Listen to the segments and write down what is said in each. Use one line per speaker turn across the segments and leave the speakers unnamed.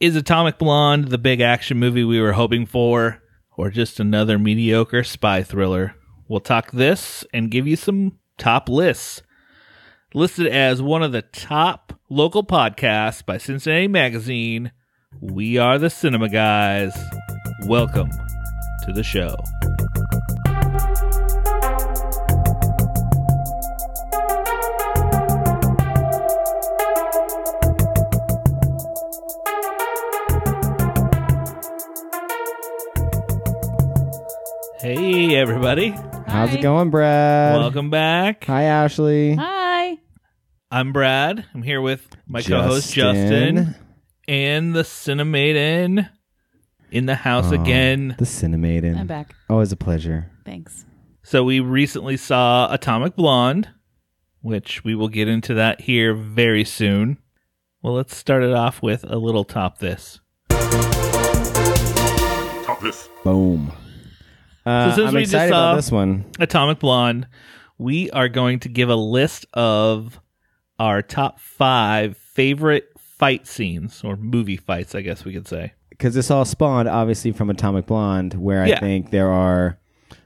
Is Atomic Blonde the big action movie we were hoping for, or just another mediocre spy thriller? We'll talk this and give you some top lists. Listed as one of the top local podcasts by Cincinnati Magazine, we are the Cinema Guys. Welcome to the show. Hey, everybody.
How's
Hi.
it going, Brad?
Welcome back.
Uh, Hi, Ashley.
Hi.
I'm Brad. I'm here with my co host Justin and the Cinemaiden in the house
Oh,
again.
The Cinemaiden.
I'm back.
Always a pleasure.
Thanks.
So we recently saw Atomic Blonde, which we will get into that here very soon. Well, let's start it off with a little top this.
Boom. Uh,
So since
I'm
we just
excited
saw-
about this one.
Atomic Blonde, we are going to give a list of our top five favorite fight scenes or movie fights, I guess we could say.
because this all spawned obviously from Atomic Blonde, where
Yeah.
I think there are.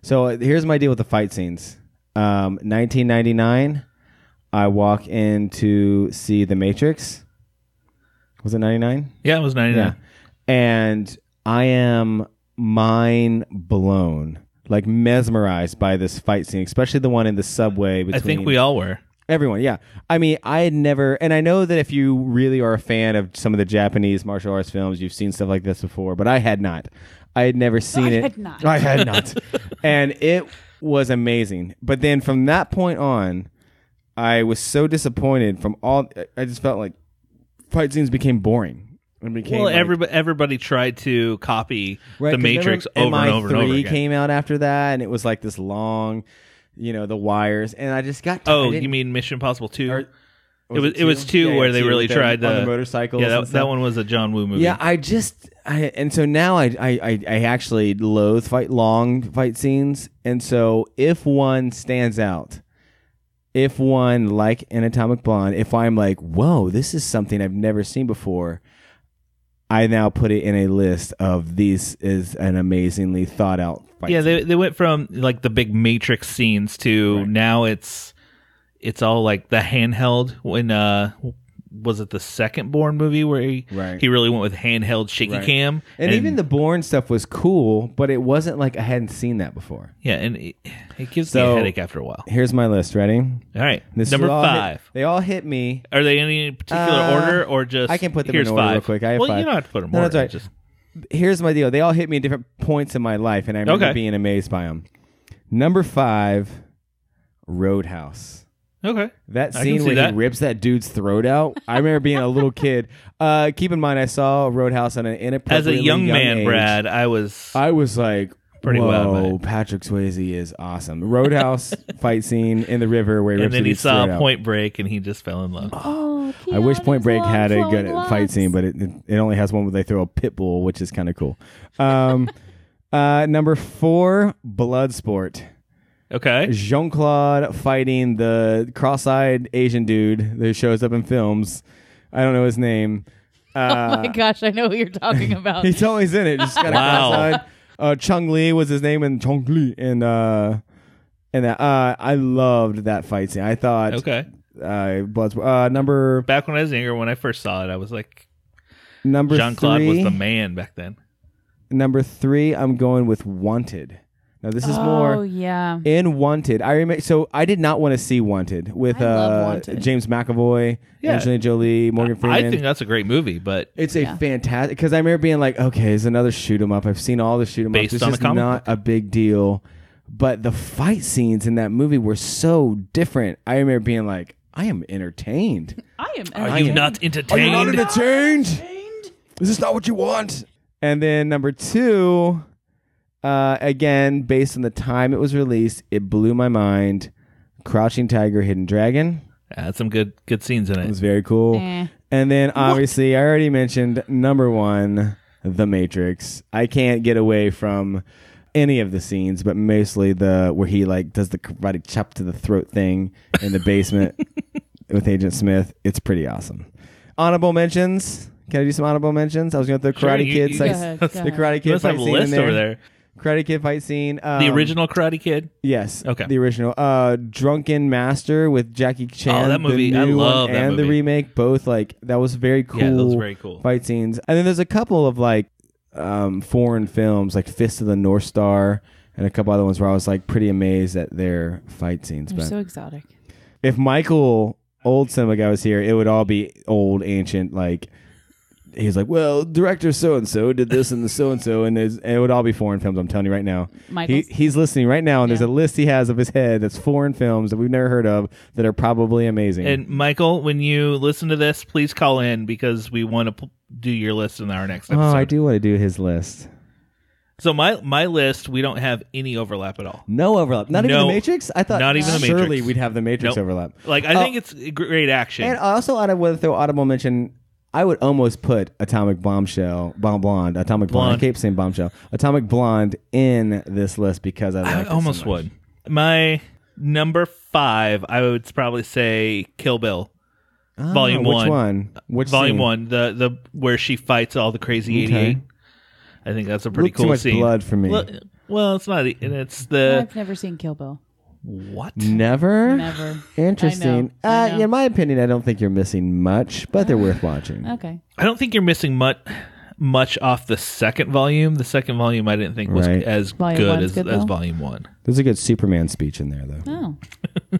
So uh, here's my deal with the fight scenes. Um, 1999, I walk in to see The Matrix. Was it 99?
Yeah, it was 99.
And I am mind blown, like mesmerized by this fight scene, especially the one in the subway. Between
I think we all were.
Everyone, yeah. I mean, I had never, and I know that if you really are a fan of some of the Japanese martial arts films, you've seen stuff like this before, but I had not. I had never seen it.
had not.
I had not. and it was amazing. But then from that point on, I was so disappointed from all, I just felt like fight scenes became boring. And became
Well,
like-
everybody, everybody tried to copy
Right,
the
'cause remember
Matrix over and over and over
MI3
again.
came out after that, and it was like this long, you know, the wires, and I just got.
oh,
I didn't-
you mean Mission Impossible Two?
Or-
it was it was two
Yeah, yeah,
where they
two
really
with them
tried
on
to
the motorcycles.
Yeah,
and
that,
stuff.
that one was a John Woo movie.
Yeah, I just I, and so now I, I I I actually loathe fight long fight scenes, and so if one stands out, if one like an Atomic Blonde, if I'm like, whoa, this is something I've never seen before. I now put it in a list of these is an amazingly thought out fight.
yeah.
scene.
They they went from like the big Matrix scenes to
Right.
now it's it's all like the handheld. When uh, was it the second Born movie where he
Right.
he really went with handheld shaky
Right.
cam
and, even the Bourne stuff was cool, but it wasn't like I hadn't seen that before.
yeah and it, it gives me a
So-
headache after a while.
Here's my list. Ready?
All right,
This
number
all hit-
five.
they all hit me.
Are they in any particular
Uh,
order or just
I can put them
here's
in order
five.
real quick. I have
well,
five.
you don't have to put them
No,
order.
that's all right.
Just
here's my deal. They all hit me at different points in my life, and I remember
Okay.
being amazed by them. Number five, Roadhouse.
okay.
That
I can
scene
see
where
that.
he rips that dude's throat out. I remember being a little kid. Uh, keep in mind, I saw Roadhouse at an
As
inappropriately
a young, man,
age.
Brad, I was
I was like,
Pretty
Whoa,
wild about it."
Patrick Swayze is awesome. Roadhouse fight scene in the river where he
and
rips
then he
dude's
saw
throat out.
Point Break, and he just fell in love.
Oh,
I wish Point
Keanu's
Break
long
had a
flowing
good fight
locks.
scene, but it, it only has one where they throw a pit bull, which is kind of cool. Um, uh, number four, Bloodsport.
Okay,
Jean Claude fighting the cross eyed Asian dude that shows up in films. I don't know his name.
oh
uh,
my gosh, I know what you're talking about.
He's always in it. Just kind of
Wow.
cross-eyed. Uh, Chung Lee was his name, and Chung Lee, and uh, and that uh, I loved that fight scene. I thought
okay.
uh, Bloodsport. Uh, number
Back when I was younger, when I first saw it, I was like,
number
Jean Claude was
three.
the man back then.
Number three, I'm going with Wanted. Now this is
oh,
more
yeah.
in Wanted. I remember, so I did not want to see Wanted with
I love
uh,
Wanted.
James McAvoy,
Yeah.
Angelina Jolie, Morgan Freeman.
I think that's a great movie, but
it's a
Yeah.
fantastic because I remember being like, okay, it's another shoot 'em up. I've seen all the shoot 'em
Based
ups. It's
on a
just
comic
not a big deal, but the fight scenes in that movie were so different. I remember being like, I am entertained.
I am.
are you not entertained?
entertained? This is not what you want. And then number two, uh, again, based on the time it was released, it blew my mind. Crouching Tiger, Hidden Dragon.
Yeah, that's some good good scenes in
It
it.
was very cool.
Eh.
And then obviously, I already mentioned number one, The Matrix. I can't get away from any of the scenes, but mostly the where he like does the karate chop to the throat thing in the basement with Agent Smith. It's pretty awesome. Honorable mentions. Can I do some honorable mentions? I was going to throw
Sure,
Karate
you-
Kid,
you-
like,
Go
ahead,
the
go ahead.
Karate
You
Kid
must have
fight
a
scene in
list over
there.
there.
Karate Kid fight scene. Um,
The original Karate Kid.
Yes.
Okay. Oh,
The original. Uh, Drunken Master with Jackie Chan.
that
the
movie- I
new one
love that
And the
movie.
remake, both like that was very cool.
Yeah, that was very cool.
fight scenes. And then there's a couple of like um, foreign films, like Fist of the North Star, and a couple other ones where I was like pretty amazed at their fight scenes.
They're
But
so exotic.
if Michael old cinema guy was here, it would all be old, ancient, like. He's like, well, director so and so did this and the so and so, and there's- and it would all be foreign films. I'm telling you right now. He,
Michael's.
he's listening right now, and there's
Yeah.
a list he has of his head that's foreign films that we've never heard of that are probably amazing.
And Michael, when you listen to this, please call in because we want to p- do your list in our next
oh,
episode.
I do want to do his list.
So my my list, we don't have any overlap at all.
No overlap. Not even
No.
the Matrix. I thought
Not even The Matrix.
Surely we'd have the Matrix
Nope.
overlap.
Like I
Oh.
think it's great action.
And also, I would throw audible mention. I would almost put Atomic Bombshell, Bomb Blonde, Atomic Blonde.
Blonde.
I keep saying Bombshell, Atomic Blonde in this list because I,
I
like
almost would. My number five, I would probably say Kill Bill, Volume
Ah, which
one.
one? Which
Volume
scene?
One, the the where she fights all the crazy
Okay.
eighty-eight. I think that's a pretty
Looked
cool
too much
scene.
blood for me.
Well, well, it's not. e, And it's
uh,
the
I've never seen Kill Bill.
what?
Never.
Never.
Interesting.
I know, I
Uh,
know.
in my opinion, I don't think you're missing much, but they're worth watching.
Okay.
I don't think you're missing much much off the second volume. The second volume I didn't think was
Right.
as
Volume
good
one's
as,
good,
as
though?
volume one.
There's a good Superman speech in there, though.
Oh.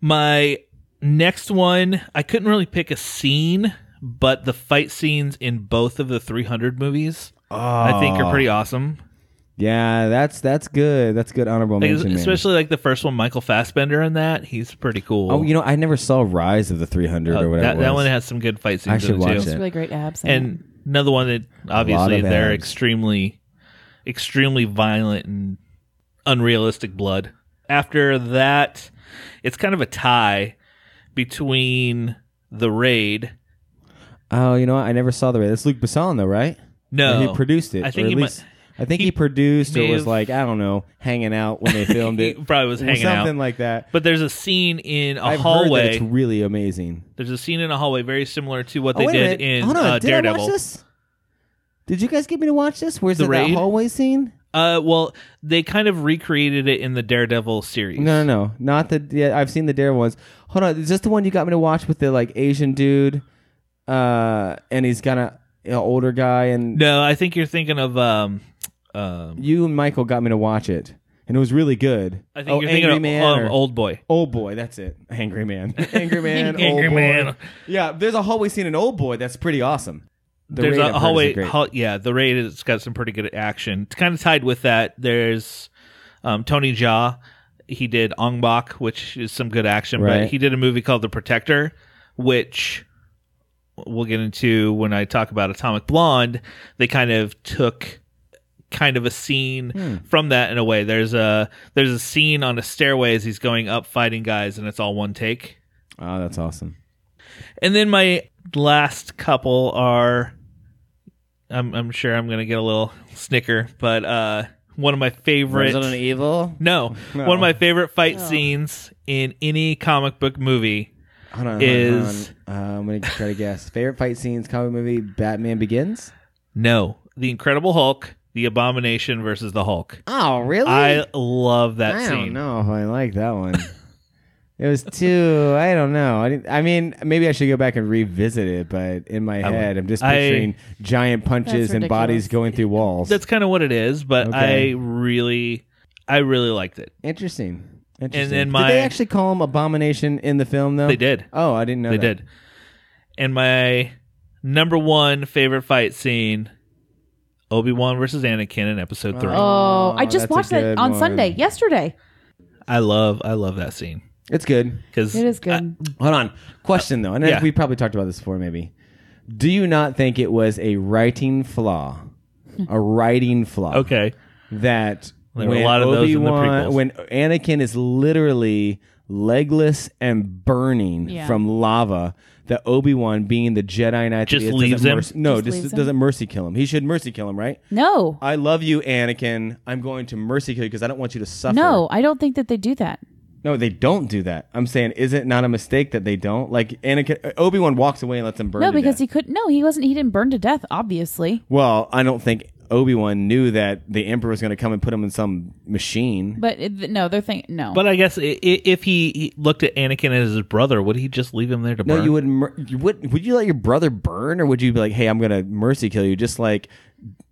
My next one, I couldn't really pick a scene, but the fight scenes in both of the 300 movies, I think, are pretty awesome.
Ah, Yeah, that's that's good. That's good honorable
Like,
mention. man.
especially like the first one, Michael Fassbender in that, he's pretty cool.
Oh, you know, I never saw Rise of the 300
Uh,
or whatever.
that,
it
that
was.
one has some good fight scenes.
I
in
should
it,
watch
too.
it.
It's really great abs. in it.
And another one that obviously
of
they're
abs.
extremely, extremely violent and unrealistic blood. After that, it's kind of a tie between the raid.
Oh, you know, what? I never saw the. That's Luke Besson, though, right?
No,
Or he produced it.
I think
or at
he mu-
least, I think he,
he-
produced
he
or
may
was
have-
like I don't know, hanging out when they filmed
He
it.
probably was
Or
hanging out.
something like that.
But there's a scene in a
I've heard that
hallway.
it's really amazing.
There's a scene in a hallway very similar to what
Oh,
they
wait a
did
minute.
in
Hold on,
uh,
did I
Daredevil.
watch this? Did you guys get me to watch this? Where's
The
it, that
Raid?
hallway scene?
Uh, well, they kind of recreated it in the Daredevil series.
No, no, no, not the. Yeah, I've seen the Daredevil ones. Hold on, is this the one you got me to watch with the like Asian dude, uh, and he's got a an older guy, and
No, I think you're thinking of um, um,
you and Michael got me to watch it, and it was really good.
I think
oh,
you're
Angry
thinking of
Man,
um,
or-
old boy.
Old boy, that's it. Angry man, angry man,
Angry
old boy.
Man.
Yeah, there's a hallway scene in Old Boy that's pretty awesome. The
there's
Raid
a
I've heard is
hallway.
great-
hall- yeah, the raid has got some pretty good action. It's kind of tied with that. There's um, Tony Jaa. He did Ong Bak, which is some good action.
Right.
But he did a movie called The Protector, which we'll get into when I talk about Atomic Blonde. They kind of took kind of a scene
Hmm.
from that in a way. There's a there's a scene on a stairway as he's going up fighting guys, and it's all one take.
oh, that's awesome.
And then my last couple are I'm I'm sure I'm gonna get a little snicker, but uh one of my favorite
e- Evil.
no, one of my favorite fight scenes in any comic book movie.
Hold on,
Is-
hold on. Uh, I'm gonna try to guess. Favorite fight scenes, comic movie, Batman Begins.
No. The Incredible Hulk, the Abomination versus the Hulk.
Oh, really?
I love that
I
scene.
don't know if I like that one. it was too. I don't know. I, didn't, I mean, maybe I should go back and revisit it, but in my head, I'm just
I-
picturing giant punches
That's
and bodies
ridiculous.
going through walls.
That's kind of what it is, but
Okay.
I really I really liked it.
interesting. Interesting.
then
did they
my-
actually call him Abomination in the film though?
They did.
Oh, I didn't know.
They
that.
did. And my number one favorite fight scene Obi Wan versus Anakin in episode three.
Oh, I
that's
just
a
watched that
good
on
one.
Sunday, yesterday.
I love I love that scene.
It's good.
Because
It is good.
Uh,
Hold on. Question though, and I-
Yeah.
we probably talked about this before. Maybe. Do you not think it was a writing flaw? A writing flaw.
okay.
that
There were a
when
lot of those in the
Obi-Wan,
prequels.
when Anakin is literally legless and burning
Yeah.
from lava, that Obi Wan, being the Jedi Knight, that
Just
he is, doesn't
leaves him?
mercy- no,
Just
just,
leaves him?
doesn't mercy kill him. He should mercy kill him, right?
no,
I love you, Anakin. I'm going to mercy kill you because I don't want you to suffer.
no, I don't think that they do that.
No, they don't do that. I'm saying, is it not a mistake that they don't? Like Anakin, Obi Wan walks away and lets him burn.
No,
to
because
death.
he couldn't. No, he wasn't. He didn't burn to death. Obviously,
Well, I don't think Obi Wan knew that the Emperor was going to come and put him in some machine.
but it, no, they're thinking no.
But I guess i- i- if he he looked at Anakin as his brother, would he just leave him there to
No,
burn?
you would. Mer- you would would you let your brother burn, or would you be like, "Hey, I'm going to mercy kill you," just like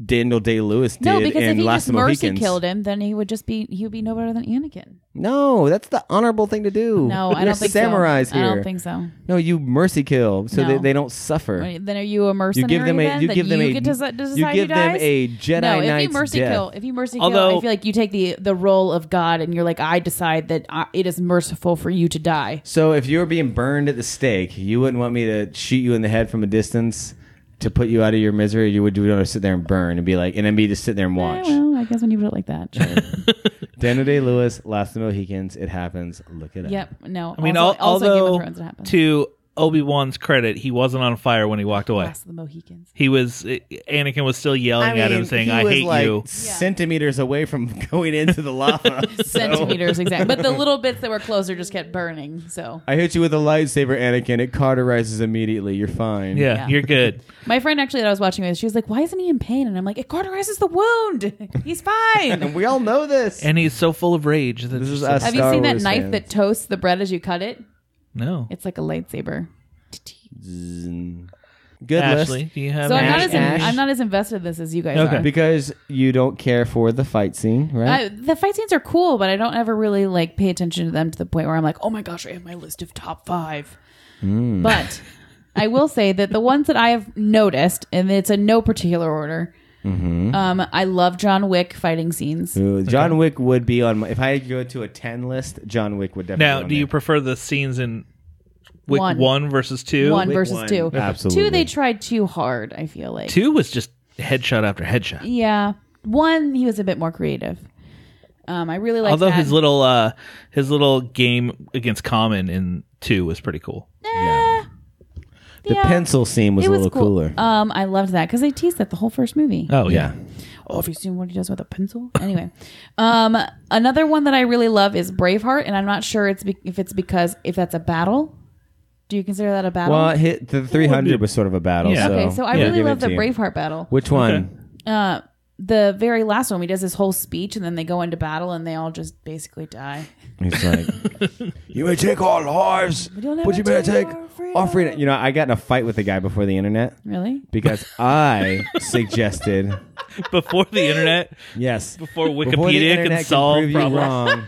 Daniel Day Lewis did
no, because
in
if he
Last
just
of the
mercy
Mohicans?
killed him, then he would just be he would be no better than Anakin.
No, that's the honorable thing to do.
No,
You're
I don't think
samurais
so.
here.
I don't think so.
No, you mercy kill, so
No.
they, they don't suffer.
Right, Then are you a mercenary?
them a-
then?
you
That
give them
you
a-
get to, se- to
you
decide who
give them
dies?
a Jedi
No, if you
Knight's
mercy
death.
kill, if you mercy
Although-
kill, I feel like you take the the role of God, and you're like, I decide that uh, it is merciful for you to die.
So if you were being burned at the stake, you wouldn't want me to shoot you in the head from a distance to put you out of your misery. You would you would want to sit there and burn and be like, and then be just sit there and
Eh,
watch.
well, I guess when you put it like that, sure.
Daniel Day Lewis, Last of the Mohicans, it happens. Look it up.
yep. No,
I mean,
also,
al-
also Game of
although
Thrones, it happened.
to Obi Wan's credit, he wasn't on fire when he walked away.
Last of the Mohicans.
He was i- Anakin was still yelling at him, saying,
he
"I
was
hate
like
you."
Centimeters away from going into the lava.
Centimeters, exactly. But the little bits that were closer just kept burning. So
I hit you with a lightsaber, Anakin. It cauterizes immediately. You're fine.
Yeah,
Yeah.
you're good.
my friend actually that I was watching with, she was like, "Why isn't he in pain?" And I'm like, "It cauterizes the wound. He's fine."
And we all know this.
And he's so full of rage that
This
it's
is
just-
us.
Have you
Star
seen that
Wars
knife
fans.
that toasts the bread as you cut it?
No,
It's like a lightsaber.
Good
Ashley,
list.
do you have?
So I'm not
Ash,
as
anything?
in,
Ash.
I'm not as invested in this as you guys
Okay.
are.
Because you don't care for the fight scene, right?
I, the fight scenes are cool, but I don't ever really like pay attention to them to the point where I'm like, oh my gosh, I have my list of top five.
Hmm.
But I will say that the ones that I have noticed, and it's in no particular order.
Mm-hmm.
Um, I love John Wick fighting scenes.
Ooh, John Wick would be on my. If I had to go to a ten list, John Wick would definitely.
now,
be on
do you
there.
prefer the scenes in Wick
One.
one, versus two?
One
Wick
versus
one.
two.
Absolutely.
Two, they tried too hard. I feel like
two was just headshot after headshot.
Yeah, one he was a bit more creative. Um, I really like
Although
that.
his little uh his little game against Common in two was pretty cool.
the
yeah.
pencil scene was
it
a
was
little
cool.
cooler.
Um, I loved that because they teased that the whole first movie.
Oh
yeah.
Oh, have you seen what he does with a pencil? Anyway, um, another one that I really love is Braveheart, and I'm not sure it's be- if it's because if that's a battle. Do you consider that a battle?
Well, hit the 300 was sort of a battle.
Yeah.
So,
okay, so I
yeah,
really
give it
love
to
the
you.
Braveheart battle.
Which one?
Uh, the very last one, he does this whole speech, and then they go into battle, and they all just basically die.
He's like, you may take our lives, but,
you'll never
you better
take
take
our
our freedom. You know, I got in a fight with the guy before the internet
Really?
because I suggested
Before the internet,
yes
before Wikipedia
Before the
can
internet
solve
prove you
problems.
wrong,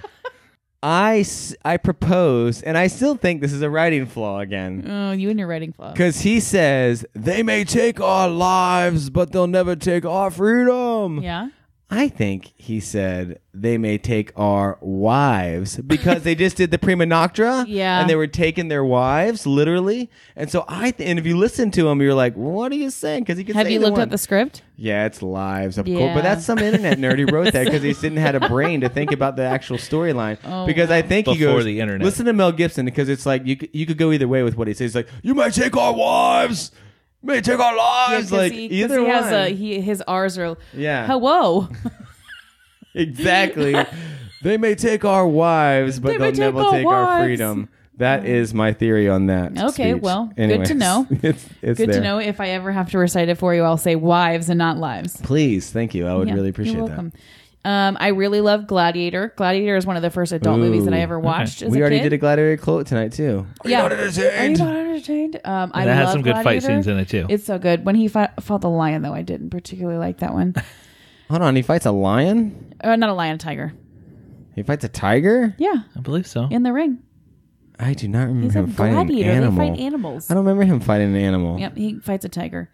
I s- I proposed, and I still think this is a writing flaw again.
Oh, you and your writing flaw.
Because he says, they may take our lives, but they'll never take our freedom.
Yeah.
I think he said, they may take our wives because they just did the prima noctra.
Yeah.
And they were taking their wives, literally. And so I, th- and if you listen to him, you're like, what are you saying? Because he could
Have
say
you
either
looked
one.
at the script?
Yeah, it's lives, of course.
Yeah.
But that's some internet nerd who wrote that because he didn't had a brain to think about the actual storyline.
Oh,
because I think he
Before
goes
the internet.
Listen to Mel Gibson because it's like you could, you could go either way with what he says. He's like, "You may take our wives, you may take our lives."
'cause
like
he, 'cause
either
he
one,
has a, he, his R's are
Yeah.
hello.
exactly. they may take our wives, but
They
they
may
will
take
never
our
take our
wives.
freedom. That is my theory on that.
Okay,
speech.
well, good to
Anyways,
know.
It's, it's
Good
there.
to know. If I ever have to recite it for you, I'll say wives and not lives.
Please, thank you. I would
Yeah,
really appreciate
you're
that.
welcome. Um, I really love Gladiator. Gladiator is one of the first adult
Ooh.
movies that I ever watched. As
We
a
already
kid.
did a gladiator quote tonight too.
Yeah. Are you not entertained? Um, I
That had
love
some good fight
Gladiator.
scenes in it, too.
It's so good. When he fought, fought the lion, though, I didn't particularly like that one.
Hold on, he fights a lion.
uh, not a lion, a tiger.
He fights a tiger?
Yeah,
I believe so.
in the ring.
I do not remember
He's a
him fighting
gladiator.
an animal.
They fight animals.
I don't remember him fighting an animal.
Yep, he fights a tiger.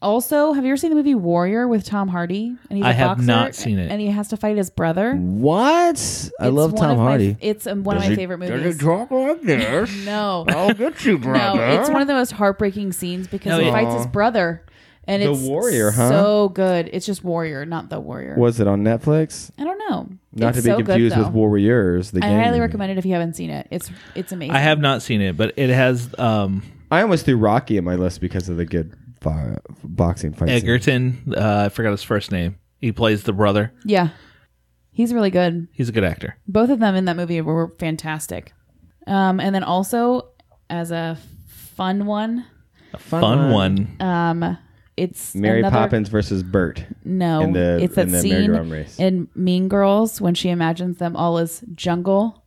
Also, have you ever seen the movie Warrior with Tom Hardy? And he's a
I have
boxer,
not seen it.
And he has to fight his brother.
What? I
It's
love
one
Tom
of my-
Hardy.
it's um, one of my favorite movies.
talk like this?
no,
I'll get you,
no, it's one of the most heartbreaking scenes because
No,
he
it-
fights his brother, and
The
it's
Warrior, huh?
So good. It's just Warrior, not the Warrior.
Was it on Netflix?
I don't know.
Not
It's
to be
so good,
confused with
though.
Warriors, the
I
game.
highly recommend it if you haven't seen it. It's it's amazing.
I have not seen it, but it has um
I almost threw Rocky in my list because of the good fi- boxing fight. scene.
Egerton. Uh, I forgot his first name. He plays the brother.
Yeah. He's really good.
He's a good actor.
Both of them in that movie were fantastic. Um, and then also as a fun one,
A fun one.
um, it's
Mary
another-
Poppins versus Bert.
No,
in the-
it's that
in the
scene
merry-go-round race.
in Mean Girls when she imagines them all as jungle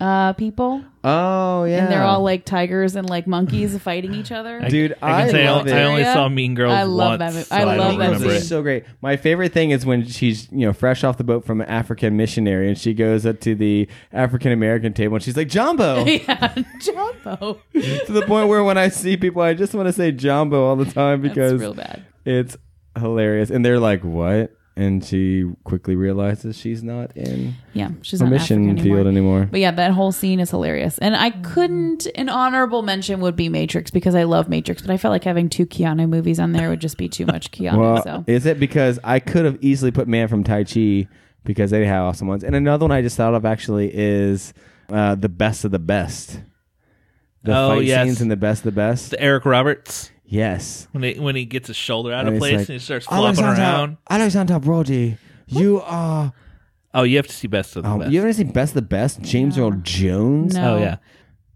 uh, people,
Oh yeah,
and they're all like tigers and like monkeys fighting each other.
Dude,
I can
I
say
love
I,
it.
only
Yeah.
saw Mean Girls
I
once,
love that movie.
so
I love
don't
that
remember
scene.
it.
It's so great. My favorite thing is when she's you know fresh off the boat from an African missionary and she goes up to the African American table and she's like Jumbo
yeah, Jumbo.
to the point where when I see people I just want to say Jumbo all the time
That's
because
real bad.
it's hilarious and they're like what and she quickly realizes she's not in
Yeah, she's
the
not
mission
African
field anymore.
But yeah, that whole scene is hilarious. And I couldn't an honorable mention would be Matrix because I love Matrix, but I felt like having two Keanu movies on there would just be too much Keanu.
Well,
so
is it because I could have easily put Man from Tai Chi because they have awesome ones. And another one I just thought of actually is uh, the best of the best. The
Oh,
fight
yes.
scenes and the best of the best.
The Eric Roberts
yes.
when he, when he gets his shoulder out
And
of
it's
place
like, "Oh,
and he starts flopping
Alexander-
around.
Alexander Brody, you are.
Oh, you have to see Best of the
Oh,
Best.
you ever seen Best of the Best? James Earl Jones.
No.
oh yeah.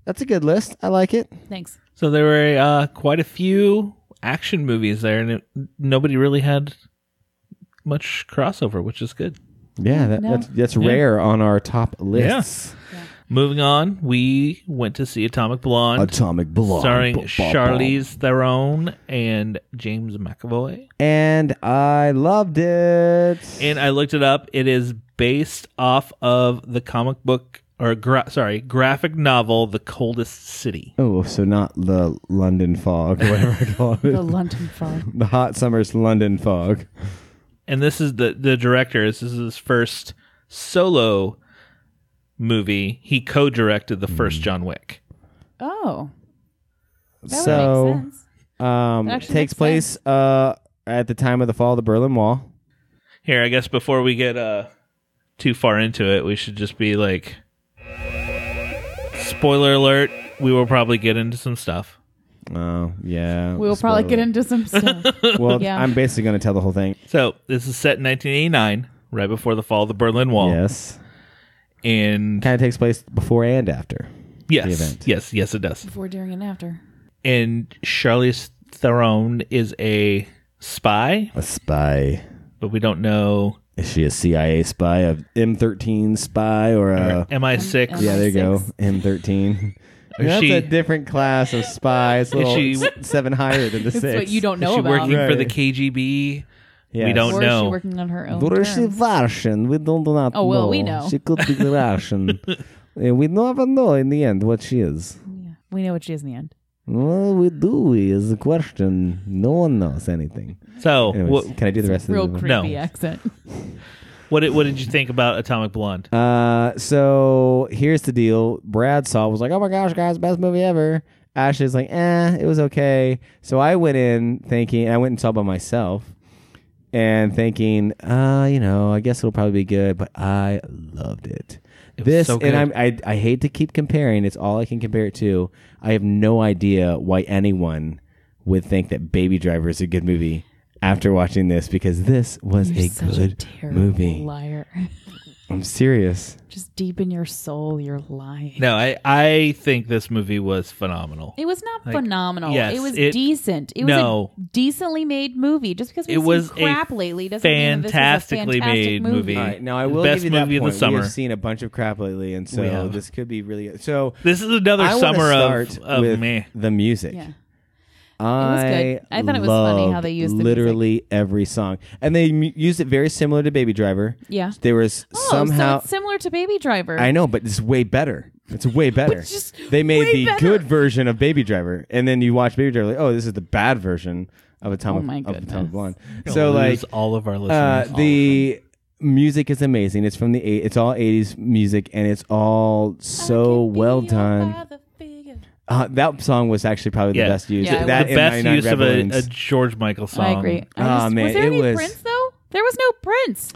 That's a good list. I like it.
thanks.
So there were uh, quite a few action movies there, and it, nobody really had much crossover, which is good.
Yeah, that,
No.
that's that's rare on our top lists.
Moving on, we went to see Atomic Blonde,
Atomic Blonde,
starring
Ba- ba- ba-
Charlize Theron and James McAvoy.
and I loved it.
And I looked it up. It is based off of the comic book or gra- sorry, graphic novel The Coldest City.
Oh, so not the London fog, or whatever I call
The
it.
London Fog.
the hot summer's London fog.
And this is the the director. This is his first solo movie. He co-directed the first
Hmm.
John Wick.
Oh. That
so,
would make sense.
um,
That actually makes
takes place uh, at the time of the fall of the Berlin Wall.
Here, I guess before we get uh too far into it, we should just be like spoiler alert, we will probably get into some stuff.
Oh, yeah.
We'll probably
Spoiler.
get into some stuff.
Well,
Yeah.
I'm basically going to tell the whole thing.
So, this is set in 1989, right before the fall of the Berlin Wall.
Yes.
And
Kind of takes place before and after. the
yes,
event.
yes, yes it does.
Before, during, and after.
And Charlize Theron is a spy,
A spy.
but we don't know
Is she a CIA spy, a M13 spy, or a.
MI6.
Yeah.
Yeah, there you go.
MI6.
M13. That's
she-
a different class of spies. Little
she-
seven higher than the
It's
six.
what you don't
Is
know
she
about.
working for
Right.
the KGB?
Yes.
don't
or is
know.
she working on her own?
Or she
terms?
Russian? We don't not
Oh, well,
know.
we know.
She could be Russian. Uh, we never know in the end what she is.
Yeah. We know what she is in the end.
Well, we do is the question. No one knows anything.
So,
Anyways,
what,
can I do the rest
Real
of the
creepy accent.
what did, what did you think about Atomic Blonde?
Uh, so here's the deal. Brad saw it, was like, "Oh my gosh, guys, best movie ever." Ashley's like, "Eh, it was okay." So I went in thinking I went and saw by myself, and thinking, "Uh, you know, I guess it'll probably be good," but I loved it.
was
this
so good.
and I'm, I I hate to keep comparing. It's all I can compare it to. I have no idea why anyone would think that Baby Driver is a good movie after watching this because this was
You're
a
such a
good
terrible
movie.
liar.
I'm serious.
Just deep in your soul, you're lying.
No, I I think this movie was phenomenal.
It was not
Like,
phenomenal.
yes,
it was
it-
decent. It was
no.
a decently made movie. Just because we
It was a
crap lately doesn't mean that this is a
fantastically
fantastic
made
movie.
movie.
All right, now I will
Best
give you that
movie of the
point. We
summer.
have seen a bunch of crap lately, and
We
so
have.
this could be really good. So
This is another
I wanna
summer
start
of, of
with
me.
the music.
Yeah. was
I
good. I thought it was funny how they
loved
used the
literally every song, and they m- used it very similar to Baby Driver.
Yeah.
there was
Oh,
somehow
so it's similar to Baby Driver.
I know, but it's way better. It's way better.
just
they made
way
the
better.
good version of Baby Driver, and then you watch Baby Driver, like, oh, this is the bad version of Atomic,
Oh my
of
goodness.
Atomic Blonde.
Don't
So like
lose all of our
uh,
listeners.
the music is amazing. It's from the eight. It's all eighties music, and it's all so well done. Uh, that song was actually probably
Yeah.
the best use.
Yeah, it was.
that
the
and
best
99
use of a,
Rebellions.
a George Michael song.
I agree. I
Aw,
just-
Ah, man,
was there
it
any
was-
Prince though? There was no Prince.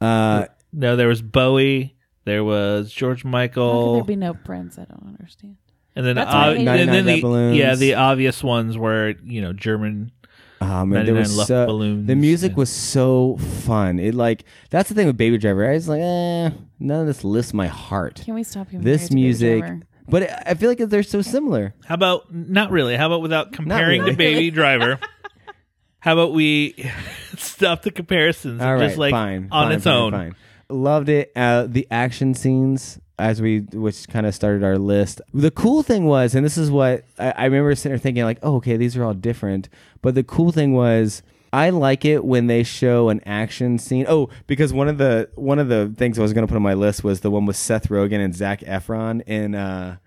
uh,
No, there was Bowie. There was George
How could
Michael,
there be no Prince? I don't understand.
and then
That's why I
ob-
hate
and then
99
the
Red Balloons.
yeah the obvious ones were you know German
Oh man, there
99
was
Luft
so,
Balloons,
the music
yeah.
was so fun. It like that's the thing with Baby Driver. I was like, eh, none of this lifts my heart.
Can we stop you?
This music, um, but it, I feel like they're so similar.
How about not really? How about without comparing
really.
to Baby Driver? How about we stop the comparisons? and
All right,
just like
fine,
on
fine,
its
fine,
own.
Fine. Loved it. Uh, the action scenes as we, which kind of started our list. The cool thing was, and this is what I, I remember sitting there thinking, like, oh, okay, these are all different. But the cool thing was. I like it when they show an action scene. Oh, because one of the one of the things I was going to put on my list was the one with Seth Rogen and Zach Efron in uh,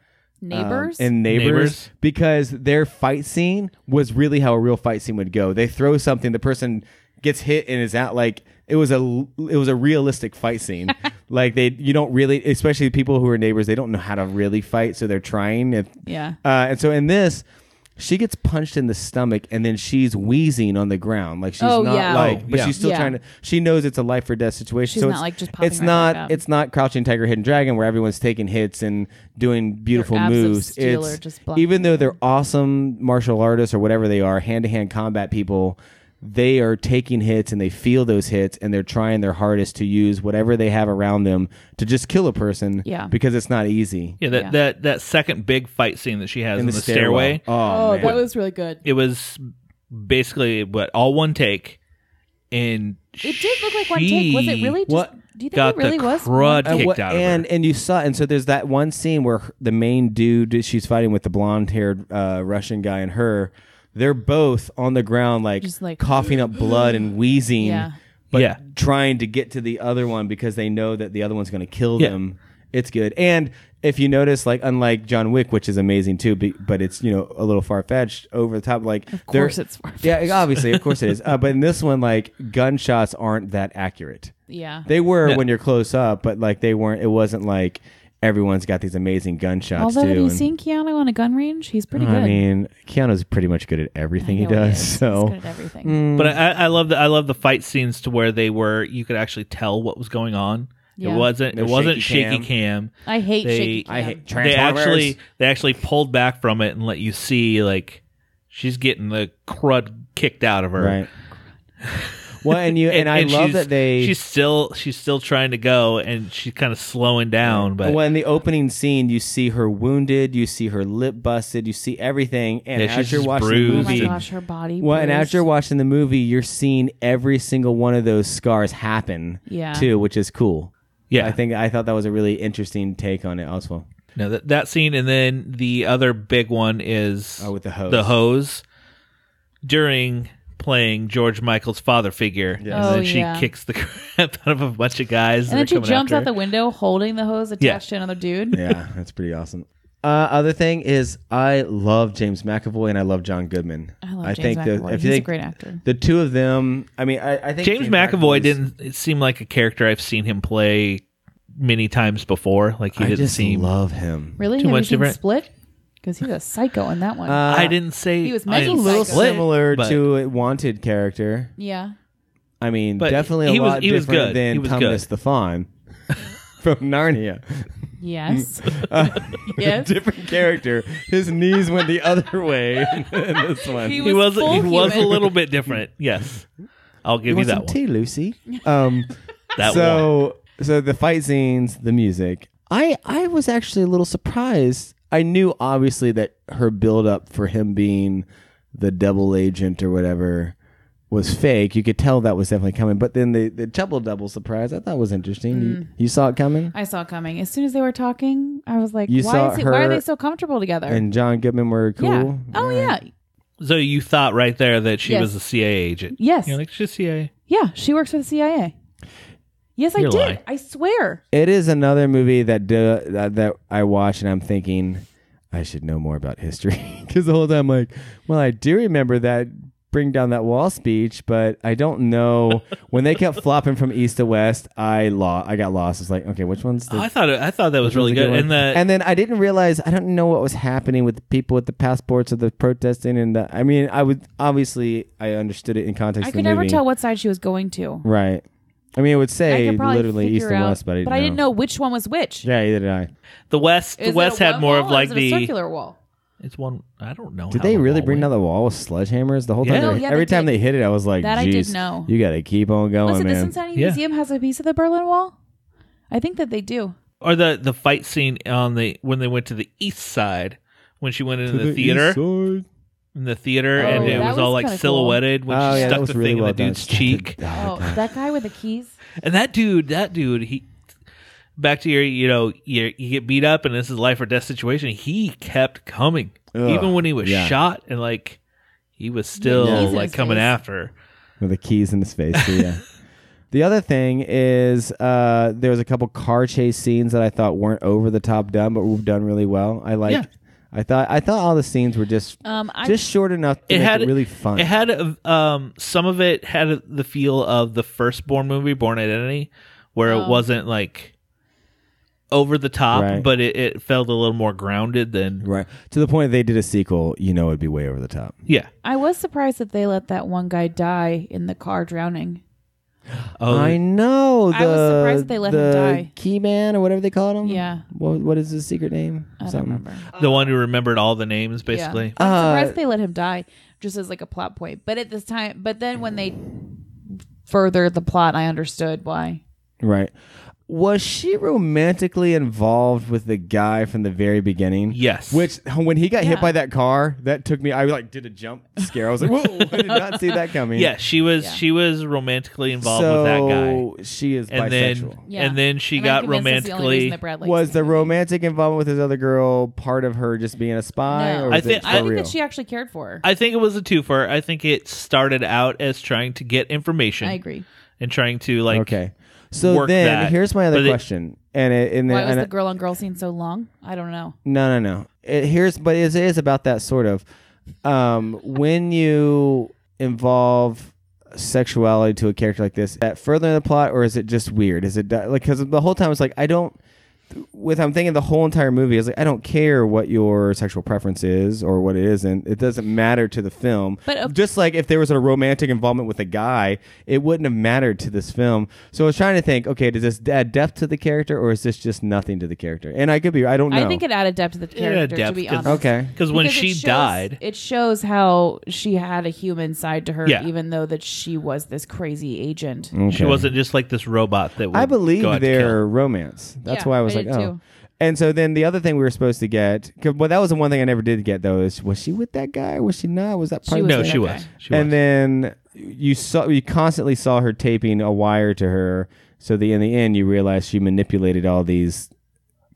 Neighbors.
um, and neighbors,
Neighbors.
because their fight scene was really how a real fight scene would go. They throw something, the person gets hit and is out like it was a it was a realistic fight scene. like they you don't really especially people who are neighbors, they don't know how to really fight, so they're trying. If,
yeah.
uh, and so in this, she gets punched in the stomach and then she's wheezing on the ground. Like she's
Oh,
not
yeah.
like,
Oh,
but
yeah.
she's still
Yeah.
trying to. She knows it's a life or death situation.
She's
so
not,
it's,
like, just popping
It's
right
not.
back up.
It's not Crouching Tiger, Hidden Dragon, where everyone's taking hits and doing beautiful
abs of
moves.
steel
It's
are just black.
even though they're awesome martial artists or whatever they are, hand to hand combat people. They are taking hits and they feel those hits and they're trying their hardest to use whatever they have around them to just kill a person.
Yeah.
because it's not easy.
Yeah, that,
Yeah.
that that second big fight scene that she has in the, stairway.
Oh, man.
was really good.
It was basically what all one take, and
It did look like one take. Was it really? Just,
What?
Do you think
got
it really
the
was?
crud
one
kicked
take?
what-
out of her.
and and you saw and so there's that one scene where her- the main dude she's fighting with the blonde haired uh, Russian guy and her they're both on the ground like,
Just like-
coughing up blood and wheezing
Yeah.
but
Yeah.
trying to get to the other one because they know that the other one's going to kill
Yeah.
them it's good and if you notice like unlike John Wick which is amazing too be- but it's you know a little far fetched over the top like of
course it's far-fetched.
yeah obviously of course it is uh, but in this one like gunshots aren't that accurate
Yeah.
they were when you're close up, but like they weren't. It wasn't like everyone's got these amazing gunshots
Although,
too.
have you
and-
seen Keanu on a gun range? He's pretty good.
I mean, Keanu's pretty much good at everything he
I know
does.
is.
So
He's good at everything.
But I, I love the I love the fight scenes to where they were you could actually tell what was going on.
Yeah.
It wasn't
No
it wasn't
shaky
shaky cam.
I hate
They-
shaky cam.
I hate
They
Transformers.
actually they actually pulled back from it and let you see like she's getting the crud kicked out of her.
right. well, and you and, I love
she's-
that they.
she's still she's still trying to go and she's kind of slowing down, but
well, in the opening scene, you see her wounded, you see her lip busted, you see everything, and
Yeah, she's
as you're
just
watching the
Oh
bruised
my
movie,
and-
gosh, her body.
Well, and as
bruised.
you're watching the movie, you're seeing every single one of those scars happen,
Yeah.
too, which is cool.
Yeah.
I think I thought that was a really interesting take on it, as well.
no that, that scene and then the other big one is
Oh, with the hose.
the hose during playing George Michael's father figure. And
Oh,
then she
yeah.
kicks the crap out of a bunch of guys.
and then
that
she
are coming
jumps
after
out the window holding the hose attached to another dude.
yeah, that's pretty awesome. Uh, other thing is, I love James McAvoy and I love John Goodman.
I love James
think the-
McAvoy.
if
He's
you
a
think
great actor.
The two of them. I mean, I, I think
James, McAvoy
McAvoy's-
didn't seem like a character I've seen him play many times before. Like he
I
didn't
just
seem.
love him.
Really?
Too
Have you
much
seen
different-
Split? Because he was a psycho in that one.
Uh,
I didn't say
He was
I
Maggie's
didn't
psycho.
split,
similar
but-
to a wanted character.
yeah.
I mean,
But
definitely a
he was-
lot
he was
different
good. He
than
was
Thomas
good.
the Fawn from Narnia. mm.
Yes.
Uh,
Yes.
different character. His knees went the other way in this one.
He
He was
full
he was a
human.
little bit different. Yes, I'll give you,
want
that
some
one.
tea, Lucy? Um,
That one.
so so the fight scenes, the music. I I was actually a little surprised. I knew obviously that her build up for him being the double agent or whatever was fake. You could tell that was definitely coming. But then the the double double surprise, I thought was interesting. You, you saw it coming.
I saw it coming. As soon as they were talking, I was like,
You
why,
saw
is he, why are
her-
they so comfortable together?
And John Goodman were cool.
yeah. Oh, yeah.
So you thought right there that she
Yes.
was a CIA agent.
Yes.
You're like she's CIA.
yeah. She works for the CIA. Yes, I
You're
did.
lying.
I swear.
It is another movie that do, that, that I watch and I'm thinking I should know more about history because the whole time like, well, I do remember that bring down that wall speech, but I don't know when they kept flopping from east to west. I lo- I got lost. It's like, okay, which one's the
Oh, I thought it, I thought that was really good.
one?
And the
and then I didn't realize I don't know what was happening with the people with the passports or the protesting and the, I mean I would obviously I understood it in context.
I
of
could
the
never
movie.
tell what side she was going to.
Right. I mean, it would
I
say
could probably
literally east
figure
and
out,
west, but I didn't,
but I didn't know which one was which.
Yeah, either did I.
the West the
Is it
West
a
had
one
more
wall
of
or
like
is it a
the
circular wall.
It's one. I don't know.
Did
how
they
the
really
wall
bring
went.
down the wall with sledgehammers the whole
Yeah.
time?
No,
They-
yeah,
Every
they
time
did.
they hit it, I was like,
That I did
"Jeez,
know.
you got to keep on going,
Listen, the
Oh, man."
Cincinnati
Yeah.
Museum has a piece of the Berlin Wall. I think that they do.
or the the fight scene on the when they went to the east side when she went into the, theater in the theater
Oh,
and it
yeah.
was,
That
all
was
like
kinda cool.
silhouetted when
Oh,
she
yeah, that
stuck
was
the
really
thing
well
in the
done.
dude's
Stop it.
cheek
Oh, that guy with the keys.
and that dude that dude he back to your you know you you get beat up and this is life or death situation he kept coming
Ugh,
even when he was
yeah.
shot and like he was still
Yeah. He's in
like
his
coming
face.
after her.
Oh.
With the keys in his face. so yeah. the other thing is uh, there was a couple car chase scenes that I thought weren't over the top done, but were done really well. I like.
Yeah.
I thought I thought all the scenes were just
Um, I
just short enough to
It
make
had-
it really fun.
It had um some of it had the feel of the firstborn movie, Born Identity, where it
Oh.
wasn't like over the top,
Right.
but it, it felt a little more grounded than
right to the point if they did a sequel, you know, it'd be way over the top.
yeah.
I was surprised that they let that one guy die in the car drowning.
Oh,
I know. The,
I was surprised that they let him
the
die.
Key man or whatever they called him.
Yeah.
What What is his secret name?
I don't
Hmm. Something.
remember.
the one who remembered all the names basically.
I'm
Uh,
surprised they let him die just as like a plot point. But at this time, but then when they furthered the plot, I understood why.
Right. Was she romantically involved with the guy from the very beginning?
Yes.
Which when he got hit
Yeah.
by that car, that took me. I like did a jump scare. I was like, "Whoa!" I did not see that coming.
Yeah, she was
Yeah.
she was romantically involved
so
with that guy.
she is
And
bisexual.
then
Yeah.
and then she
And I'm
got
convinced that's the only reason
romantically
that Brad likes
was
it.
the romantic involvement with his other girl part of her just being a spy?
No.
Or was
I think-
it for
I think
real?
that she actually cared for her.
I think it was a twofer. I think it started out as trying to get information
I agree.
and trying to like
okay. So
worked
then
that,
here's my other
but it-
question, and it, and,
Why
then,
was
and
the girl on girl scene so long? I don't know.
No, no, no. It, here's, but it is about that sort of um, when you involve sexuality to a character like this, that further in the plot, or is it just weird? Is it di- like because the whole time it's like I don't. With I'm thinking the whole entire movie is like I don't care what your sexual preference is or what it isn't. It doesn't matter to the film.
But, uh,
just like if there was a romantic involvement with a guy, it wouldn't have mattered to this film. So I was trying to think, okay, does this add depth to the character or is this just nothing to the character? And I could be, I don't know.
I think it added depth to the character.
depth,
to be
'cause-
honest,
Okay.
Cuz when
Because it
she
shows-
died,
it shows how she had a human side to her,
Yeah.
even though that she was this crazy agent.
Mm.
She wasn't just like this robot that would
I
go out to
believe
kill.
their romance. That's
Yeah,
why I was
I
like,
did
oh.
too.
And so then the other thing we were supposed to get, cause, well, that was the one thing I never did get though. Is was she with that guy? Was she not? Was that part?
She
of
was
No,
the-
with
she
that
was.
guy.
She
and
was.
then you saw you constantly saw her taping a wire to her. So the in the end, you realized she manipulated all these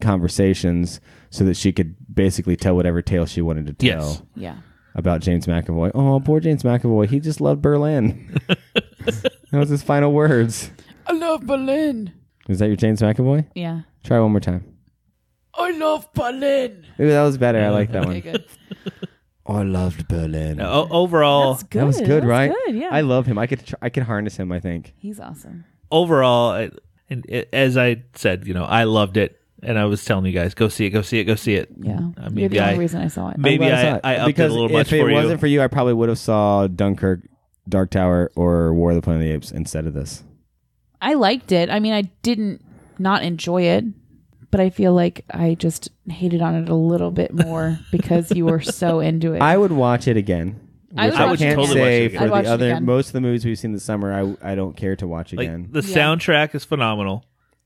conversations so that she could basically tell whatever tale she wanted to tell
Yes.
Yeah.
about James McAvoy. Oh, poor James McAvoy. He just loved Berlin. that was his final words.
I love Berlin.
Is that your James McAvoy?
Yeah.
Try one more time.
I love Berlin.
Ooh, that was better. I like that
Okay,
one.
good.
I loved Berlin.
O- overall,
That's good.
that was good, right?
Good, yeah.
I love him. I could tr- I could harness him. I think.
He's awesome.
overall, I, and it, as I said, you know, I loved it, and I was telling you guys, go see it, go see it, go see it.
Yeah.
I
You're
mean,
the
I,
only reason Mm. Uh, I saw it.
maybe
I'm glad
I,
saw
I
it.
upped it
because
a little much
if it
for you.
wasn't for you, I probably would have saw Dunkirk, Dark Tower, or War of the Planet of the Apes instead of this.
I liked it. I mean, I didn't not enjoy it, but I feel like I just hated on it a little bit more because you were so into it.
I would watch it again.
I
which
would watch it
can't
again.
Totally
say
watch it
again.
for
I'd
the
watch it
other
again.
most of the movies we've seen this summer. I I don't care to watch
like
again.
the
Yeah.
soundtrack is phenomenal.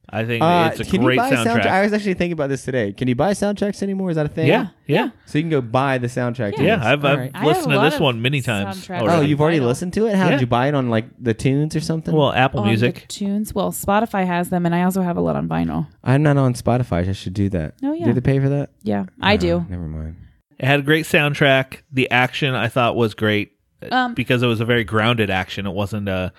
I think
Uh,
it's a
can
great
you buy
soundtrack.
I was actually thinking about this today. Can you buy soundtracks anymore? Is that a thing?
yeah, yeah,
So you can go buy the soundtrack. to
yeah.
this.
I've,
All
I've
right.
I have
listened
a
to
lot
this
of
one many times.
soundtracks.
Oh,
Already.
Really?
you've already
Vinyl.
listened to it? How
Yeah.
did you buy it on like the tunes or something?
well, Apple
on
Music.
the tunes. Well, Spotify has them, and I also have a lot on vinyl.
I'm not on Spotify. I should do that.
Oh, yeah.
Do they pay for that?
Yeah, I
Oh,
do.
Never mind.
It had a great soundtrack. The action I thought was great uh,
Um,
because it was a very grounded action. It wasn't uh,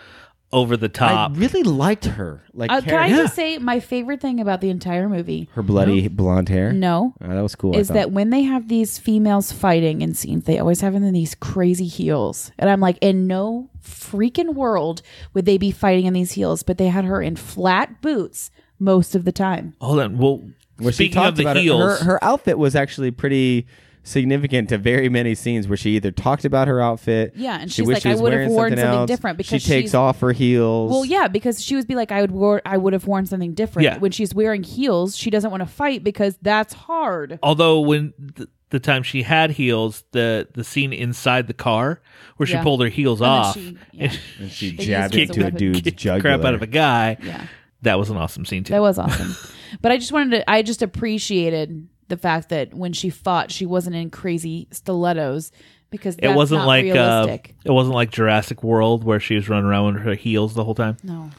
over the top.
I really liked her. Like
Uh, can I
character-
just say my favorite thing about the entire movie?
her bloody blonde hair.
No,
Oh, that was cool. I
is
thought.
that when they have these females fighting in scenes, they always have them in these crazy heels. And I'm like, in no freaking world would they be fighting in these heels, but they had her in flat boots most of the time.
Hold on. Well,
Where she
speaking of
talked
the
about it-
heels,
her, her outfit was actually pretty significant to very many scenes where she either talked about her outfit.
Yeah, and
she
she's
wished
like,
she
I
was
would have
wearing
worn
something,
something
else.
different
she
because
takes
she's-
off her heels.
Well, yeah, because she would be like, I would wore, I would have worn something different.
Yeah.
When she's wearing heels, she doesn't want to fight because that's hard.
although when th- the time she had heels, the the scene inside the car where
Yeah.
she pulled her heels
then
off
she-
and
yeah.
And she
They
jabbed
used
it
it as a
to a
weapon.
dude's
kicked
jugular.
the crap out of a guy.
Yeah.
That was an awesome scene too.
That was awesome. but I just wanted to, I just appreciated the fact that when she fought, she wasn't in crazy stilettos because
it
that's
wasn't
not
like uh,
realistic.
it wasn't like Jurassic World where she was running around with her heels the whole time.
no.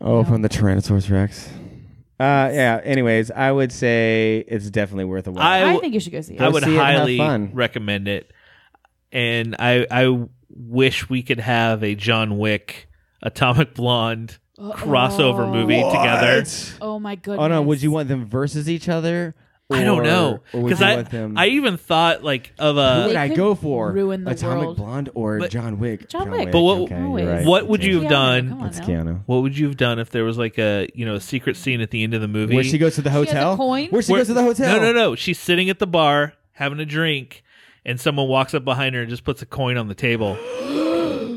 Oh, from the Tyrannosaurus Rex. Uh, yeah. Anyways, I would say it's definitely worth a watch.
I
I
w-
think you should go see it.
I would
see it and have
highly
fun.
recommend it. And I I wish we could have a John Wick Atomic Blonde crossover movie
What?
together.
oh my goodness.
Oh no! Would you want them versus each other?
I don't
Or-
know
or would
because
you
I
want them-
I even thought like of
Who
a
would
They
I
could
go for?
ruin the
Atomic
world.
Blonde or
But-
John Wick?
John Wick.
But what-
okay, you're
Always.
right.
what would
Okay.
you have
Keanu,
done-
come on
It's
now.
Keanu.
what would you have done if there was like a you know a secret scene at the end of the movie
Where she goes to the
has a
hotel?
coin?
Where she
Where-
goes to the hotel?
No, no, no. She's sitting at the bar having a drink, and someone walks up behind her and just puts a coin on the table,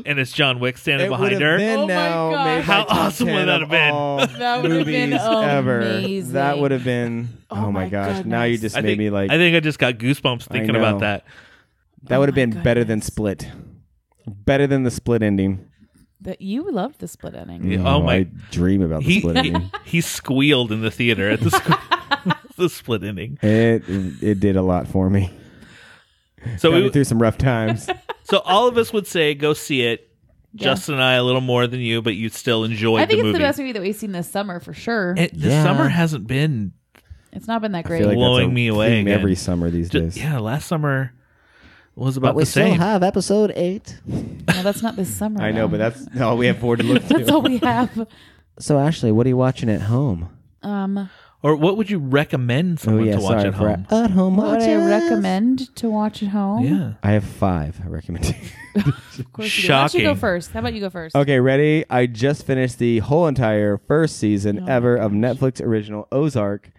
and it's John Wick standing
It would
behind
have
her.
Been
Oh my
now
God.
made my
How
top
awesome would
10
that have
of
been?
all
That would have been
movies ever.
amazing.
That would have been. Oh,
Oh
my,
my
gosh! Now you
goodness.
just
I
made
think,
me like.
I think I just got goosebumps thinking
know.
about that.
that would have
Oh my
been better than
goodness.
Split. Better than the Split ending.
That you loved the split ending.
Yeah,
No,
oh my-
I dream about the
He,
Split
he,
ending.
he squealed in the theater at the, squ- the split ending.
It it did a lot for me.
So
Got
we,
me through some rough times.
so all of us would say go see it.
Yeah.
Justin and I a little more than you, but you still enjoyed
I
the
think it's
movie.
the best movie that we've seen this summer for sure.
And the
Yeah.
summer hasn't been
it's not been that
I
great.
feel like
Blowing
that's a
me away
theme every
again.
summer these
ju-
days.
yeah. Last summer was about the same.
have episode eight.
no, that's not this summer.
I know,
though.
but that's all we have forward to look
that's
to.
all we have.
So Ashley, what are you watching at home?
Um,
Or what would you recommend someone to watch
Oh, sorry
at
for- Oh.
home?
At home,
what would I
watches?
recommend to watch at home?
yeah.
I have five recommendations.
Of course you do. Why don't you go
Shocking.
first? How about you go first?
Okay, ready? I just finished the whole entire first
Oh
season ever of Netflix original Ozark.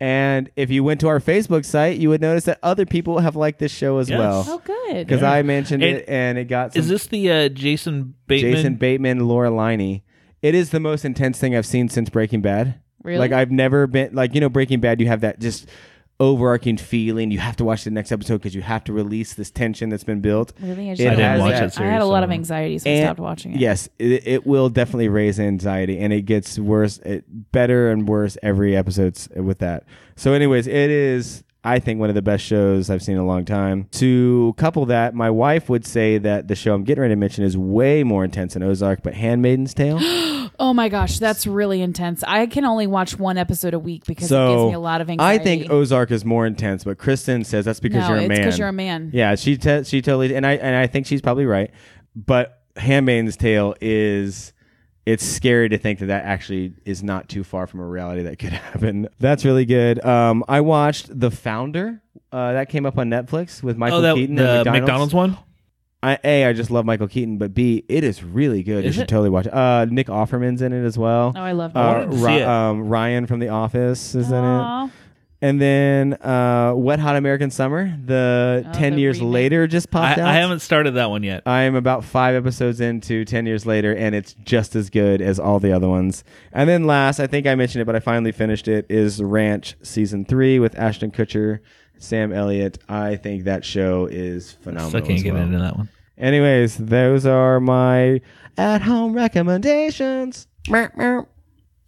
And if you went to our Facebook site, you would notice that other people have liked this show as
Yes.
Oh,
well.
good.
Because I mentioned
And-
it and it got some
Is this the uh, Jason Bateman?
Jason Bateman, Laura Liney. It is the most intense thing I've seen since Breaking Bad.
Really?
Like I've never been like you know Breaking Bad. You have that just overarching feeling. You have to watch the next episode because you have to release this tension that's been built.
Really? I,
It
just
I didn't watch
that.
that
I had
series,
a lot
so-
of anxiety, so I
And-
stopped watching it.
Yes, it, it will definitely raise anxiety, and it gets worse, it, better and worse every episode s- with that. So, anyways, it is I think one of the best shows I've seen in a long time. To couple that, my wife would say that the show I'm getting ready to mention is way more intense than Ozark, but Handmaiden's Tale.
Oh my gosh, that's really intense. I can only watch one episode a week because it gives me a lot of anxiety.
I think Ozark is more intense, but Kristen says that's because
No,
you're a
it's
man.
'cause you're a man.
Yeah, she te- she totally and I and I think she's probably right. But Handmaid's Tale is it's scary to think that that actually is not too far from a reality that could happen. That's really good. Um, I watched The Founder. Uh, that came up on Netflix with Michael
oh, that
Keaton
the
and McDonald's.
McDonald's one.
I, a, I just love Michael Keaton, but B, it is really good. you
Is
should
it?
totally watch it. Uh, Nick Offerman's in it as well.
Oh, I love
I
Uh,
wanted to see
Ri-
it.
um, Ryan from The Office is in it.
Aw.
And then uh, Wet Hot American Summer, the
Oh,
10
the
years
remake.
later just
I,
popped out.
I haven't started that one yet.
I am about five episodes into 10 years later, and it's just as good as all the other ones. And then last, I think I mentioned it, but I finally finished it, is Ranch Season 3 with Ashton Kutcher, Sam Elliott. I think that show is
So I
phenomenal.
can't
as
get
well.
into that one.
Anyways, those are my at home recommendations. Meow, meow.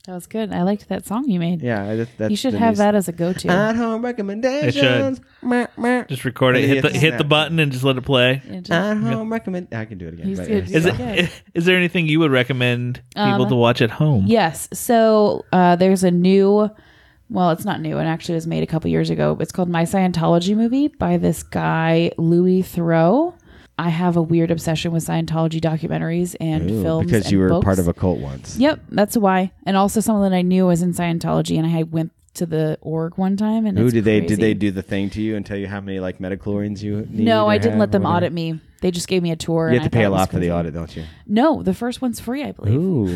That was good. I liked that song you made.
Yeah, I- that, that's
you should
the
have
new-
that as a go to.
At home recommendations. Meow, meow.
Just record it,
Maybe
hit the
it's
hit the
snap.
button, and just let it play.
At home recommend. I can do it again.
He's
but
good.
yeah.
Is it?
Yeah.
Is there anything you would recommend people
Um,
to watch at home?
Yes. So uh, there's a new, well, it's not new. It actually was made a couple years ago. It's called My Scientology Movie by this guy, Louis Theroux. I have a weird obsession with Scientology documentaries and
Ooh,
films.
because you were
and books.
part of a cult once.
Yep, that's why. And also someone that I knew was in Scientology, and I had went to the org one time. And
Who
it's
did they did
crazy.
they do the thing to you and tell you how many like metachlorines you? Need
No,
or
I didn't
have
let them
or whatever?
audit me. They just gave me a tour.
You
and
have to
I
pay
thought
a
it was
lot for the
crazy.
audit, don't you?
No, the first one's free, I believe.
Ooh,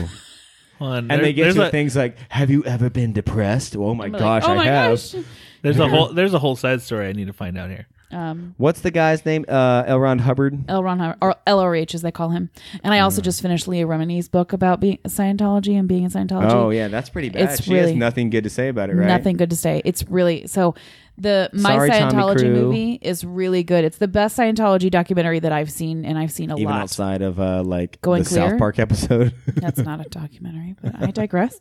Hold on,
and
there-
they get
there's
you
a
things like, "Have you ever been depressed?" Oh my
I'm like,
gosh,
oh
I
my
have.
gosh.
there's a whole there's a whole side story I need to find out here.
Um,
What's the guy's name? Uh, L. Ron Hubbard.
L. Ron Hubbard, or LRH as they call him. And I
Mm.
also just finished Leah Remini's book about being Scientology and being in Scientology.
Oh yeah, that's pretty bad.
It's
she
really-
has nothing good to say about it, right?
Nothing good to say. It's really so. The My
Sorry, Tommy
Scientology
Crew.
movie is really good. It's the best Scientology documentary that I've seen, and I've seen a
Even
lot.
outside of uh, like
Going
the
clear?
South Park episode.
That's not a documentary, but I digress.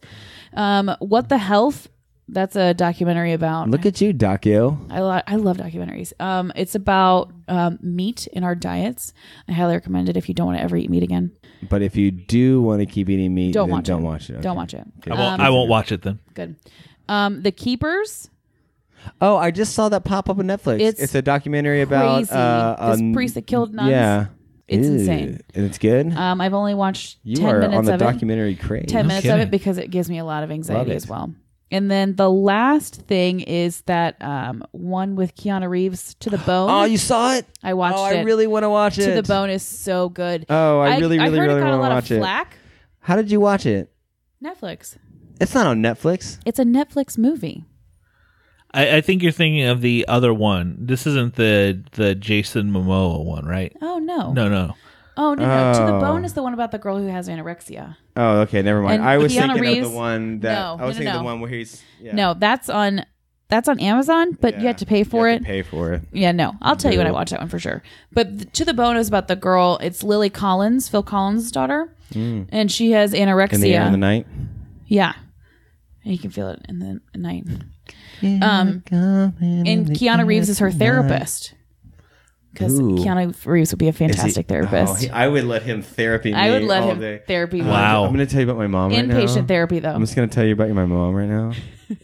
Um, what the health? That's a documentary about.
Look at you, Docio.
I, lo- I love documentaries. Um, it's about um, meat in our diets. I highly recommend it if you don't want to ever eat meat again.
But if you do want to keep eating meat,
Don't
then
watch
don't
it.
watch it. okay.
Don't watch it.
I won't, I won't watch it then.
Good. Um, the Keepers.
Oh, I just saw that pop up on Netflix.
It's
It's, a documentary about
crazy.
uh,
This
um,
priest that killed nuns.
Yeah,
It's
Ew.
insane.
And it's good.
Um, I've only watched
you
ten
are
minutes
on the
of it.
documentary craze.
10 minutes of
kidding.
it because it gives me a lot of anxiety
it.
as well. And then the last thing is that um, one with Keanu Reeves to the bone.
Oh, you saw it?
I watched
oh,
it.
I really want to watch it.
to the bone is so good.
Oh, I really, really,
I heard
really
it got a
wanna
lot
watch
of
it.
flack.
How did you watch it?
Netflix.
It's not on Netflix.
It's a Netflix movie.
I, I think you're thinking of the other one. This isn't the the Jason Momoa one, right?
Oh no.
No, no.
Oh no, no. To the
Oh.
bone is the one about the girl who has anorexia.
Oh, okay, never mind.
And
I was
Keanu
thinking
Reeves-
of the one that
No,
I was
no,
thinking
no,
of the
no.
one where he's yeah.
No, that's on that's on Amazon, but you
Yeah.
have to pay for it.
You have to Pay for it.
Yeah, no. I'll tell you when I watch that one for sure. But th- to the bone is about the girl. It's Lily Collins, Phil Collins' daughter, and she has
Mm. In the air
anorexia.
in the night.
yeah, and you can feel it in the night. Um, and Keanu Reeves is her therapist because
Ooh.
Keanu Reeves would be a
Is he-
fantastic
Oh,
therapist.
he- I would let him therapy. Me
I would let
all
him
day.
therapy. me.
Wow.
I'm going to tell you about my mom right now.
Inpatient therapy, though.
I'm just going to tell you about my mom right now,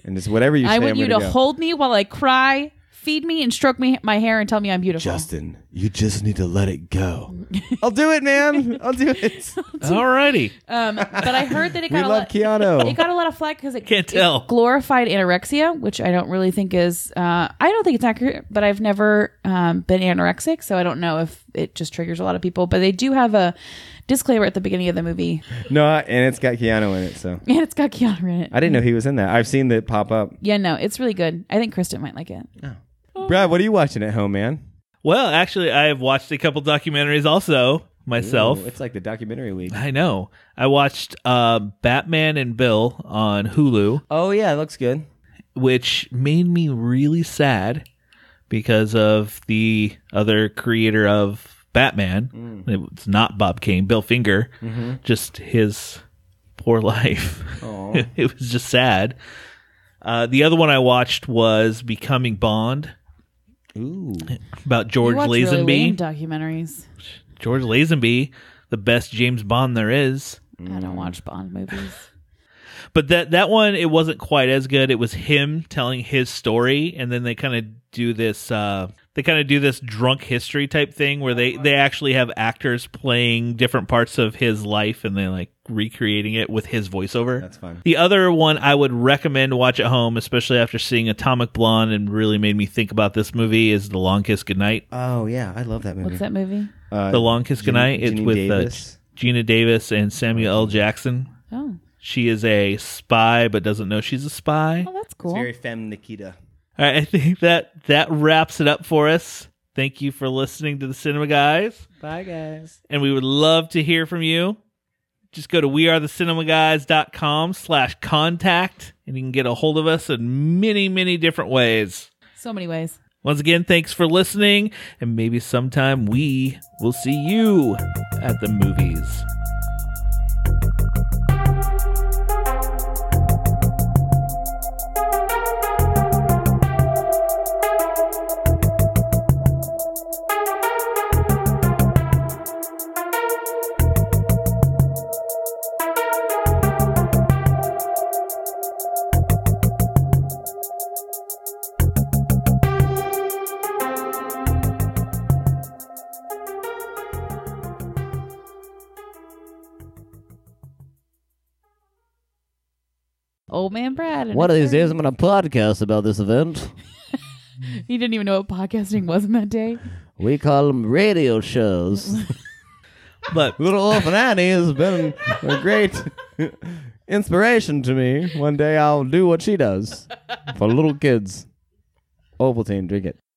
and just whatever you say.
I want
am
you to
gonna go.
hold me while I cry, feed me, and stroke me my hair and tell me I'm beautiful.
Justin, you just need to let it go. I'll do it, man. I'll do it.
Alrighty.
Um, but I heard that it
we
got a
love
lot.
Keanu.
It got a lot of flack because it
Oh. Can't
it
tell.
glorified anorexia, which I don't really think is. Uh, I don't think it's accurate, but I've never um, been anorexic, so I don't know if it just triggers a lot of people. But they do have a disclaimer at the beginning of the movie,
no, and it's got Keanu in it, so
and it's got Keanu in it.
I didn't know he was in that. I've seen that pop up.
yeah, no, it's really good. I think Kristen might like it. Oh.
Brad, what are you watching at home, man?
Well, actually, I have watched a couple documentaries also myself.
Ooh, it's like the documentary week.
I know. I watched uh, Batman and Bill on Hulu,
Oh yeah, it looks good.
which made me really sad because of the other creator of Batman. It's not Bob Kane, Bill Finger, just his poor life. it was just sad. Uh, the other one I watched was Becoming Bond
Ooh,
about George
You watch really
Lazenby.
lame documentaries.
George Lazenby, the best James Bond there is.
I don't watch Bond movies.
But that that one, it wasn't quite as good. It was him telling his story, and then they kind of do this. Uh, they kind of do this drunk history type thing where they they actually have actors playing different parts of his life, and they like recreating it with his voiceover.
that's fun.
The other one I would recommend watch at home, especially after seeing Atomic Blonde and really made me think about this movie, is The Long Kiss Goodnight.
Oh yeah, I love that movie.
What's that movie?
Uh,
The Long Kiss
Jean-
Goodnight. It's
Jeanine
with uh,
Davis.
Gina Davis and Samuel L. Jackson.
Oh,
She is a spy, but doesn't know she's a spy.
oh, that's cool.
femme Nikita.
All right, I think that that wraps it up for us. Thank you for listening to the Cinema Guys,
Bye, guys.
and we would love to hear from you. Just go to wearethecinemaguys.com slash contact, and you can get a hold of us in many, many different ways.
so many ways.
Once again, thanks for listening, and maybe sometime we will see you at the movies.
Old man Brad. and
One of
his
these days, I'm going to podcast about this event.
friends. He didn't even know what podcasting was on that day.
We call them radio shows.
But
Little Orphan Annie has been a great inspiration to me. One day I'll do what she does for little kids. Ovaltine, drink it.